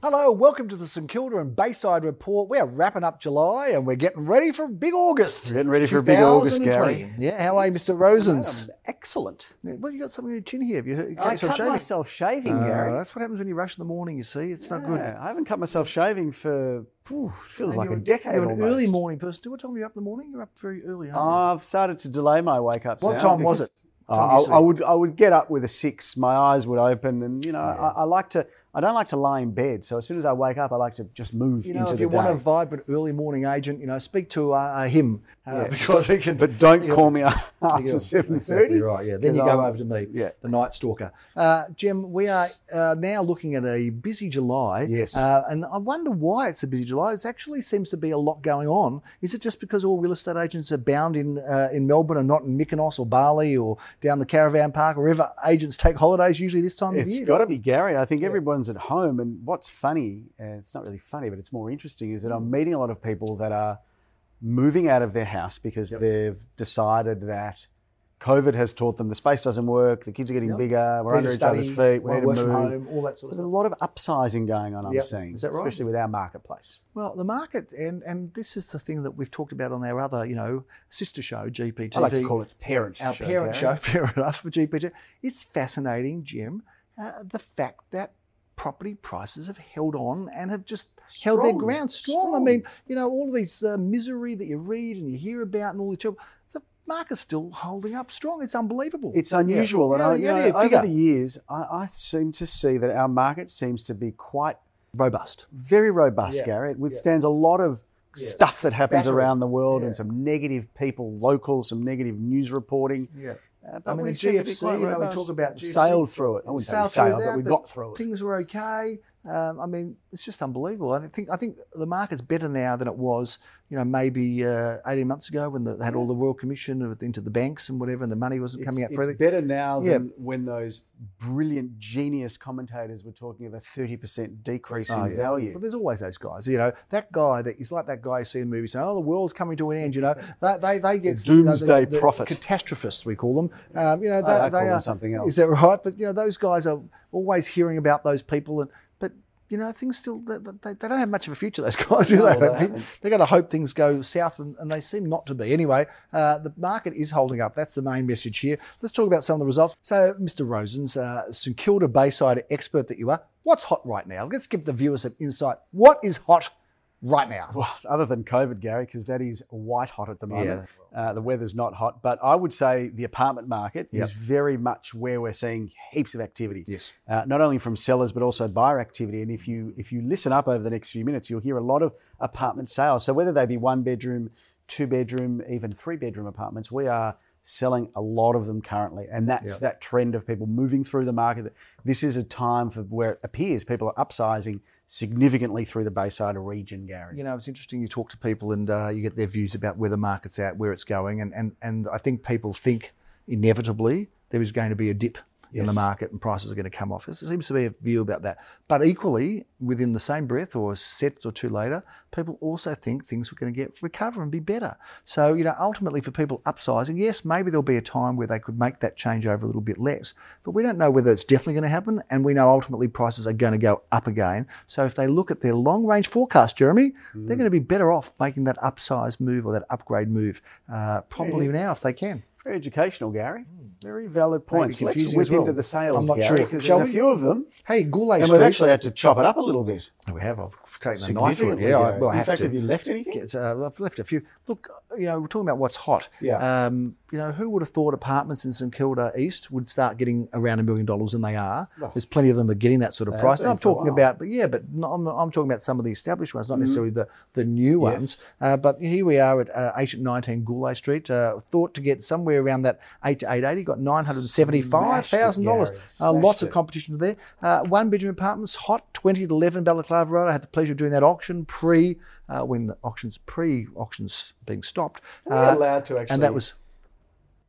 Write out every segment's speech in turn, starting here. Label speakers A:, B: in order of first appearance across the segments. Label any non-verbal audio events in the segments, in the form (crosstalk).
A: Hello, welcome to the St Kilda and Bayside Report. We are wrapping up July and we're getting ready for big August.
B: We're getting ready for big August, Gary.
A: 2020. Yeah, how are you, Mr. Rosens?
C: Um, excellent.
A: Yeah, Well, you got something on your chin here. Have you heard?
C: I
A: so
C: cut
A: shaving.
C: myself shaving,
A: Oh,
C: Gary.
A: that's what happens when you rush in the morning, you see. It's not good.
B: Yeah, I haven't cut myself shaving for phew, feels
A: And
B: like a
A: you're-
B: decade.
A: You're an
B: almost.
A: early morning person. Do what time are you up in the morning? You're up very early,
B: Oh,
A: aren't
B: I've started to delay my wake ups.
A: you? What
B: now
A: time was
B: because-
A: it?
B: Oh,
A: Time you
B: I, I
A: sleep?
B: would I would get up with a six. My eyes would open, and you know I, I like to. I don't like to lie in bed. So as soon as I wake up, I like to just move
A: You know,
B: into
A: if
B: the
A: you
B: day.
A: want a vibrant early morning agent, you know, speak to uh, uh, him uh, because he can.
B: but don't call me (laughs)
A: Yeah,
B: after seven
A: Exactly
B: thirty.
A: right. Yeah. Then you
B: 'Cause
A: go
B: I'm-
A: over to me,
B: yeah.
A: the Night Stalker. Uh, Jim, we are uh, now looking at a busy July.
B: Yes.
A: Uh, and I wonder why it's a busy July. It actually seems to be a lot going on. Is it just because all real estate agents are bound in uh, in Melbourne and not in Mykonos or Bali or down the caravan park or wherever agents take holidays usually this time of
B: It's
A: year?
B: got to be Gary. I think everyone's at home, and what's funny, uh, it's not really funny, but it's more interesting, is that
A: Mm.
B: I'm meeting a lot of people that are moving out of their house because they've decided that COVID has taught them the space doesn't work, the kids are getting
A: Yep.
B: bigger, we're
A: Need
B: under
A: to
B: each other's
A: study,
B: feet, we
A: wanna
B: need to
A: work from
B: move.
A: home, all that
B: So
A: sort of
B: there's a
A: stuff.
B: lot of upsizing going on. I'm
A: Yep.
B: seeing,
A: Is that right?
B: especially with our marketplace.
A: Well, the market, and, and this is the thing that we've talked about on our other, you know, sister show, GPTV.
B: I like to call it parent
A: our
B: show,
A: parent
B: Gary.
A: show, (laughs) fair enough, for GPT. It's fascinating, Jim, uh, the fact that property prices have held on and have just held their
B: Strong,
A: ground strong. I
B: strong.
A: mean, you know, all of these uh, misery that you read and you hear about and all the trouble, the market's still holding up strong. It's unbelievable.
B: It's unusual, and
A: Yeah,
B: I,
A: you
B: you
A: gotta
B: know,
A: figure.
B: over the years, I, I seem to see that our market seems to be quite
A: robust.
B: very robust,
A: Yeah,
B: Gary. It withstands a lot of
A: Yeah.
B: stuff that happens
A: Battery.
B: around the world
A: Yeah.
B: and some negative people, local, some negative news reporting.
A: Yeah.
B: Uh,
A: I mean,
B: we
A: the
B: seem to be
A: GFC,
B: quite
A: you know, we
B: robust.
A: talk about GFC.
B: sailed through it. I
A: We
B: wouldn't say we
A: sailed through
B: sailed,
A: that,
B: but we
A: but
B: got through it.
A: Things were okay. Um, I mean, it's just unbelievable. I think I think the market's better now than it was, you know, maybe uh, eighteen months ago when the, they had all the royal commission of- into the banks and whatever, and the money wasn't
B: It's,
A: coming out
B: it's
A: freely.
B: better now
A: Yeah.
B: than when those brilliant genius commentators were talking of a 30% decrease
A: Oh,
B: in
A: yeah.
B: value.
A: But there's always those guys, you know. That guy that is like that guy you see in movies saying, "Oh, the world's coming to an end." You know, they they, they get you know, the-
B: Doomsday
A: the
B: prophet.
A: catastrophists. We call them. Um, you know, they,
B: I, I
A: they
B: call
A: are
B: them something else.
A: Is that right? But you know, those guys are always hearing about those people, and but you know, things still they, they, they don't have much of a future. Those (laughs) guys, do
B: No,
A: they?
B: they
A: Don't think?
B: haven't.
A: They're going to hope things go south, and, and they seem not to be. Anyway, uh, the market is holding up. That's the main message here. Let's talk about some of the results. So, Mr. Rosen's uh, St Kilda Bayside expert that you are, what's hot right now? Let's give the viewers some insight. What is hot right now?
B: Well, (laughs) other than COVID, Gary, because that is white hot at the moment. Uh, the weather's not hot, but I would say the apartment market is very much where we're seeing heaps of activity.
A: Yes.
B: Uh, not only from sellers but also buyer activity. And if you if you listen up over the next few minutes, you'll hear a lot of apartment sales. So whether they be one bedroom, two bedroom, even three bedroom apartments, we are selling a lot of them currently. And that's that trend of people moving through the market. This is a time for where it appears people are upsizing significantly through the Bayside region, Gary.
A: You know, it's interesting. You talk to people and uh, you get their views about where the market's at, where it's going, and and and I think people think inevitably there is going to be a dip in the
B: Yes.
A: market and prices are going to come off. There seems to be a view about that. But equally, within the same breath or a set or two later, people also think things are going to get recover and be better. So you know, ultimately for people upsizing, yes, maybe there'll be a time where they could make that change over a little bit less, but we don't know whether it's definitely going to happen, and we know ultimately prices are going to go up again. So if they look at their long range forecast, Jeremy, they're
B: Hmm.
A: going to be better off making that upsize move or that upgrade move uh, probably now if they can.
B: Very educational, Gary. Very valid points. Let's
A: confusing
B: whip
A: Hmm. as well.
B: into the sales,
A: I'm not
B: Gary,
A: sure.
B: 'cause
A: Shall
B: there's
A: we?
B: a few of them,
A: Hey, Goulet
B: and
A: Street.
B: we've actually had to chop it up a little bit.
A: we have. I've taken a knife to it.
B: Significantly,
A: Yeah, I,
B: Gary.
A: well, I
B: In
A: have
B: fact,
A: to.
B: have you left anything?
A: It's, uh, I've left a few. Look, you know, we're talking about what's hot.
B: Yeah.
A: Um, you know, who would have thought apartments in St Kilda East would start getting around a million dollars, and they are.
B: Well,
A: There's plenty of them that are getting that sort of
B: they
A: price.
B: have
A: And I'm
B: been for a
A: talking
B: while.
A: about, but yeah, but no, I'm, I'm talking about some of the established ones, not necessarily the the new
B: Yes.
A: ones. Uh, but here we are at uh, 819 Goulet Street. Uh, thought to get somewhere around that eight to eight eighty, got nine hundred and seventy five thousand dollars.
B: Smashed it, Gary.
A: Uh, lots
B: Smashed
A: of
B: it.
A: competition there. Uh, one bedroom apartments, hot, 20 to 11 Balaclava Road. I had the pleasure of doing that auction pre, uh, when the auctions, pre auctions being stopped.
B: Are
A: Uh,
B: we allowed to actually?
A: and that was,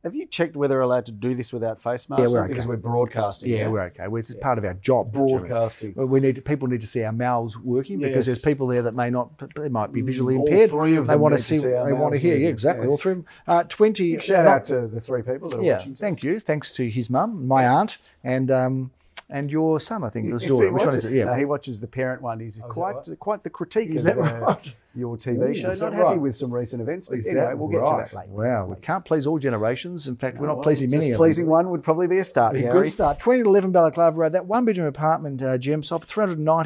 B: Have you checked whether we're allowed to do this without face masks?
A: we're okay.
B: Because we're broadcasting.
A: yeah, we're okay. We're, it's part of our job.
B: broadcasting.
A: Well, We need people need to see our mouths working because
B: Yes. Mm,
A: there's people there that may not they might be visually
B: All
A: impaired.
B: three of
A: they
B: them
A: want to
B: need to
A: see,
B: see our
A: they want to
B: mouths
A: hear. Yeah,
B: moving,
A: exactly. All
B: yes.
A: three. of them. Uh, Twenty.
B: Shout
A: not-
B: out to the three people that are
A: yeah,
B: watching.
A: thank you. Thanks to his mum, my aunt, and um, and your son, I think, was
B: Yes,
A: daughter.
B: he Uh,
A: Which one
B: watches-
A: is it? Yeah.
B: no, he watches the parent one. He's
C: Oh, is that
B: quite
C: right?
B: quite the critique
A: Is
B: of
A: that
B: uh,
A: right?
B: (laughs) your TV
A: Ooh,
B: show.
C: is
B: Not
C: that
B: happy
C: right?
B: with some recent events, but
A: Is
B: anyway,
A: that
B: we'll get
C: right?
B: to that later.
A: Wow, we can't please all generations. In fact, we're not
B: Well,
A: pleasing many
B: just
A: of
B: pleasing
A: them.
B: one would probably be a start,
A: A
B: Gary.
A: good start. 2011 Balaclava Road, that one bedroom apartment, uh, Gem Soft,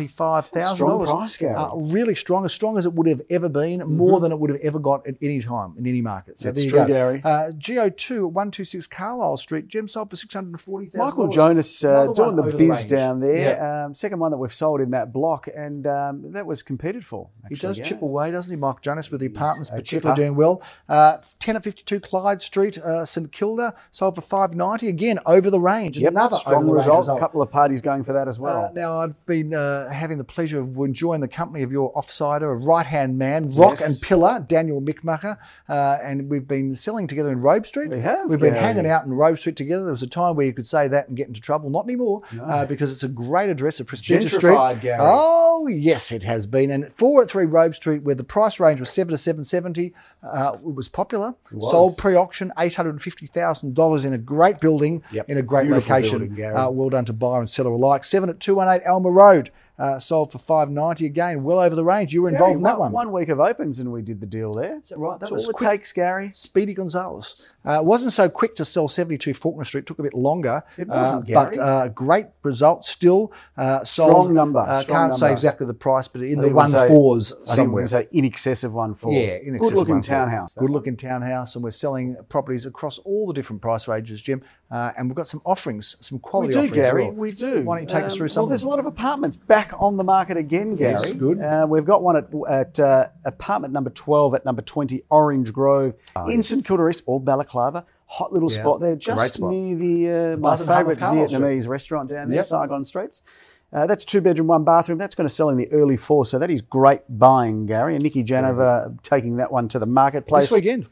A: $395,000.
B: Strong price, Gary.
A: Uh, really strong, as strong as it would have ever been, more than it would have ever got at any time in any market. So
B: That's
A: there you
B: true,
A: go.
B: Gary.
A: Uh, GO2 at 126 Carlisle Street, Gem Soft for 640000
B: Michael Jonas uh,
A: Another
B: doing
A: one
B: the
A: over
B: biz
A: range.
B: down there. Um, second one that we've sold in that block, and um, that was competed for.
A: He
B: actually,
A: does
B: yeah.
A: chip away, doesn't he, Mike Jonas, with the apartments
B: a
A: particularly
B: chipper.
A: doing well. Uh, 10 at 52 Clyde Street, uh, St Kilda, sold for 590 Again, over the range.
B: Yep,
A: Another
B: strong
A: over the range
B: result. A couple of parties going for that as well.
A: Uh, now, I've been uh, having the pleasure of enjoying the company of your offsider, right hand man, rock
B: Yes.
A: and pillar, Daniel Mickmacher. Uh, and we've been selling together in Robe Street.
B: We have,
A: We've been
B: Gary.
A: hanging out in Robe Street together. There was a time where you could say that and get into trouble. Not anymore, uh, because it's a great address, a prestigious
B: Gentrified,
A: street.
B: Gary.
A: Oh, yes, it has been. And four at three Robe Street, where the price range was seven to seven seventy, uh, it was popular.
B: was.
A: Sold pre auction, eight hundred and fifty thousand dollars in a great building,
B: Yep.
A: in a great
B: Beautiful
A: location.
B: building, Gary.
A: Uh, well done to buyer and seller alike. Seven at two one eight Elmer Road, uh, sold for five ninety again, well over the range. You were involved
B: Gary,
A: in that one.
B: One week of opens, and we did the deal there. Is that
A: right? That
B: That's
A: was
B: all it
A: quick.
B: takes, Gary.
A: Speedy Gonzalez uh, wasn't so quick to sell 72 Faulkner Street. Took a bit longer,
B: It
A: uh,
B: wasn't,
A: but
B: Gary.
A: uh, great result still. Uh, sold.
B: Strong number,
A: Uh,
B: strong
A: can't say
B: number.
A: exactly the price, but in the
B: think it
A: one
B: was a-
A: fours
B: I think we
A: somewhere.
B: can say in excess of one four.
A: Yeah, in excess
B: good
A: of
B: looking
A: one four.
B: townhouse.
A: Good looking townhouse, and we're selling properties across all the different price ranges, Jim. Uh, and we've got some offerings, some
B: We
A: quality
B: do,
A: offerings. as
B: Gary.
A: well.
B: We do. Um,
A: Why don't you take us through some
B: Well,
A: of
B: there's a
A: them?
B: lot of apartments back on the market again, Gary.
A: Yes, good.
B: Uh, we've got one at, at uh, apartment number 12 at number 20 Orange Grove in St Kilda East, or Balaclava. Hot little
A: Oh, Yeah,
B: spot there,
A: great
B: just
A: spot.
B: near the uh, my
A: Buzz and Hub of
B: favourite
A: Carlisle Street.
B: Vietnamese restaurant down there,
A: Yep.
B: Saigon Straits. Uh, that's two bedroom, one bathroom. That's going to sell in the early four, so that is great buying, Gary. And Nikki Janover taking that one to the marketplace
A: this weekend.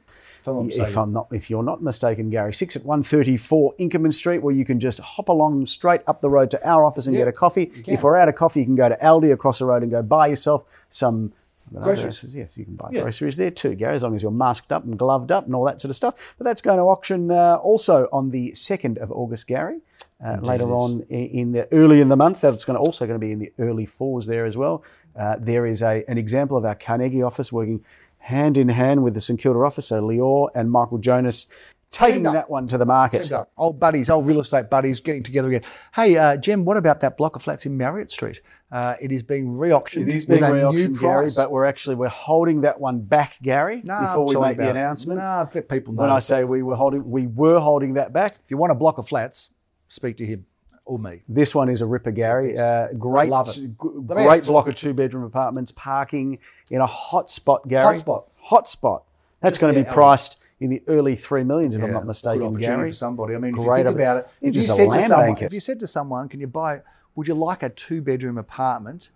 A: If I'm not
B: if
A: mistaken.
B: I'm not, if you're not mistaken, Gary, six at one thirty-four Inkerman Street, where you can just hop along straight up the road to our office and
A: Yeah,
B: get a coffee. If we're out of coffee, you can go to Aldi across the road and go buy yourself some. I don't know,
A: Groceries.
B: Yes, you can buy
A: Yeah.
B: groceries there too, Gary, as long as you're masked up and gloved up and all that sort of stuff. But that's going to auction uh, also on the second of August, Gary. Uh, later on i- in the early in the month, that's going to also going to be in the early fours there as well. Uh, there is a an example of our Carnegie office working hand in hand with the St Kilda office. So Lior and Michael Jonas taking
A: Teamed up.
B: that one to the market.
A: Teamed up. Old buddies, old real estate buddies getting together again. Hey, uh, Jim, what about that block of flats in Marriott Street? Uh, it is being re-auctioned
B: It is
A: with
B: being
A: a
B: re-auctioned,
A: new
B: Gary,
A: price.
B: but we're actually we're holding that one back, Gary,
A: No,
B: before we
A: tell me
B: make the
A: about it.
B: announcement.
A: No, let people know.
B: When I say we were holding, we were holding that back.
A: if you want a block of flats, speak to him or me.
B: This one is a ripper, Gary. Uh, great,
A: Love it.
B: g-
A: The
B: great
A: best.
B: block of two-bedroom apartments, parking in a hot spot, Gary.
A: Hot spot.
B: Hot spot. That's
A: Just
B: going to
A: near
B: be
A: Aldi.
B: priced in the early three millions, if
A: Yeah,
B: I'm not
A: good
B: mistaken,
A: opportunity
B: Gary.
A: for somebody. I mean, if
B: Great
A: you think
B: op-
A: about it,
B: You're
A: if you,
B: just a
A: said to
B: land
A: someone,
B: banker.
A: if you said to someone, "Can you buy? Would you like a two-bedroom apartment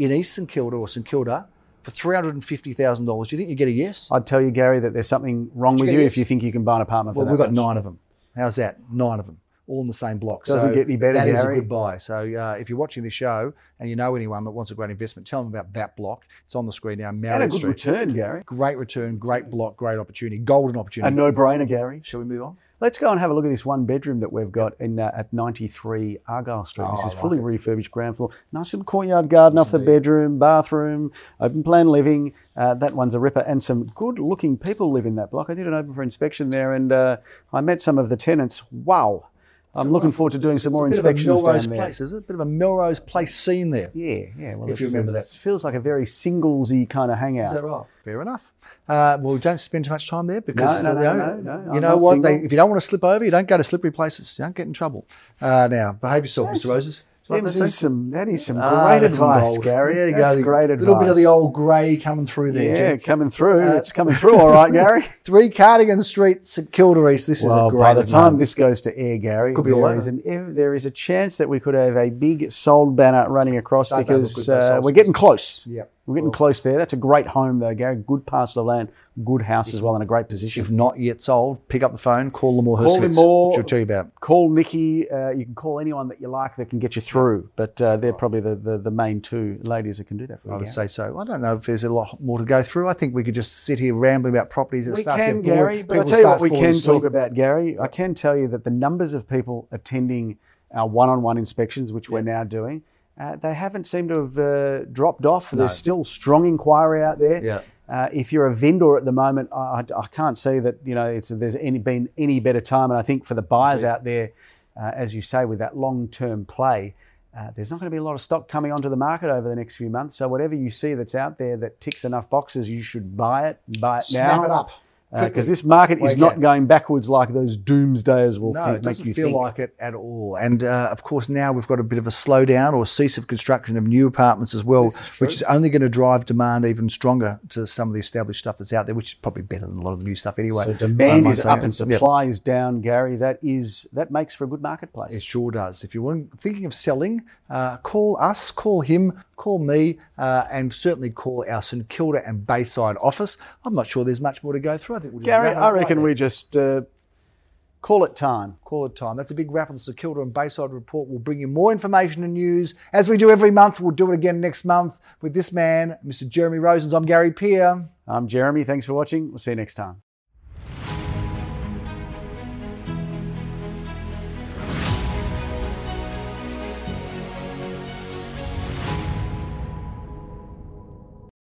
A: in East St Kilda or St Kilda for three hundred and fifty thousand dollars?" Do you think you get a yes?
B: I'd tell you, Gary, that there's something wrong with
A: get
B: you
A: this?
B: if you think you can buy an apartment for
A: Well,
B: that.
A: we've got
B: much.
A: nine of them. How's that? Nine of them, all in the same block.
B: Doesn't
A: so
B: get any better,
A: That is a
B: Gary.
A: good buy. So uh, if you're watching this show and you know anyone that wants a great investment, tell them about that block. It's on the screen now.
B: and a
A: Marriott
B: good
A: Street.
B: return, Gary.
A: Great return, great block, great opportunity, golden
B: A
A: opportunity.
B: no-brainer, Gary.
A: (laughs) Shall we move on?
B: Let's go and have a look at this one bedroom that we've got in uh, at 93 Argyle Street.
A: Oh,
B: this
A: I
B: is
A: like
B: fully refurbished ground floor. Nice little courtyard garden off the bedroom, bathroom, open plan living. Uh, that one's a ripper, and some good looking people live in that block. I did an open for inspection there, and uh, I met some of the tenants. Wow, I'm looking forward to doing some more
A: Bit of a
B: inspections down
A: Melrose
B: there.
A: Place, is it? Bit of a Melrose Place scene there.
B: Yeah, yeah. Well,
A: If you
B: it's-
A: remember
B: it's-
A: that.
B: feels like a very singlesy kind of hangout.
A: Is that right? Fair enough. Uh, well, don't spend too much time there because
B: No, no,
A: you
B: no,
A: know,
B: no, no.
A: you
B: I'm
A: know
B: not
A: what? They,
B: single.
A: if you don't want to slip over, you don't go to slippery places. You don't get in trouble. Uh, now, behave yourself,
B: That's-
A: Mr. Roses. Do you like
B: That is
A: that scene?
B: some, that is some
A: Ah,
B: great
A: that's some
B: advice,
A: gold.
B: Gary.
A: There you
B: That's
A: go.
B: great advice.
A: A little bit of the old grey coming through there.
B: Yeah,
A: Jim.
B: coming through.
A: Uh,
B: it's coming through, all
A: (laughs)
B: right, Gary.
A: Three Cardigan Street, St Kilda East. This
B: Well,
A: is a great
B: by the time
A: advantage.
B: this goes to air, Gary,
A: Could be all
B: there,
A: over.
B: is an, ev- there is a chance that we could have a big sold banner running across
A: Don't they look
B: because
A: good, those
B: uh,
A: sold
B: we're getting close.
A: Yep.
B: We're getting close there. That's a great home, though, Gary. Good parcel of land, good house as well, and a great
A: if
B: position.
A: not yet sold, pick up the phone, call them or
B: Call
A: Hurwitz,
B: Lemore.
A: which I'll tell you about.
B: Call Nikki. Uh, you can call anyone that you like that can get you through, but uh, they're probably the, the, the main two ladies that can do that for
A: I
B: you.
A: would
B: Gary.
A: say so. I don't know if there's a lot more to go through. I think we could just sit here rambling about properties. It
B: We
A: starts to
B: can,
A: get boring.
B: Gary, but I'll
A: People
B: tell you
A: start
B: what we
A: falling
B: can
A: asleep.
B: talk about, Gary. I can tell you that the numbers of people attending our one-on-one inspections, which we're now doing. Uh, they haven't seemed to have uh, dropped off. There's still strong inquiry out there.
A: Yeah.
B: Uh, if you're a vendor at the moment, I, I- I can't see that you know it's, there's any been any better time. And I think for the buyers out there, uh, as you say, with that long-term play, uh, there's not going to be a lot of stock coming onto the market over the next few months. So whatever you see that's out there that ticks enough boxes, you should buy it. Buy it now.
A: Snap it up. quickly.
B: Because Uh, this market
A: Well,
B: is not
A: yeah.
B: going backwards like those doomsdayers will
A: No,
B: think,
A: it
B: make
A: doesn't
B: you
A: feel
B: think.
A: like it at all. And uh, of course, now we've got a bit of a slowdown or cease of construction of new apartments as well,
B: This is true.
A: which is only going to drive demand even stronger to some of the established stuff that's out there, which is probably better than a lot of the new stuff anyway.
B: so
A: One
B: demand
A: might
B: is
A: say.
B: up and
A: Yeah.
B: supply is down, Gary. That is that makes for a good marketplace.
A: It sure does. If you're wanting- thinking of selling, uh, call us, call him, call me, uh, and certainly call our St Kilda and Bayside office. I'm not sure there's much more to go through. I think we'll just
B: Gary,
A: wrap it
B: I
A: up right
B: reckon
A: there.
B: we just uh, call it time.
A: call it time. That's a big wrap on the St Kilda and Bayside report. We'll bring you more information and news as we do every month. We'll do it again next month with this man, Mr. Jeremy Rosens. I'm Gary Peer.
B: I'm Jeremy. Thanks for watching. We'll see you next time.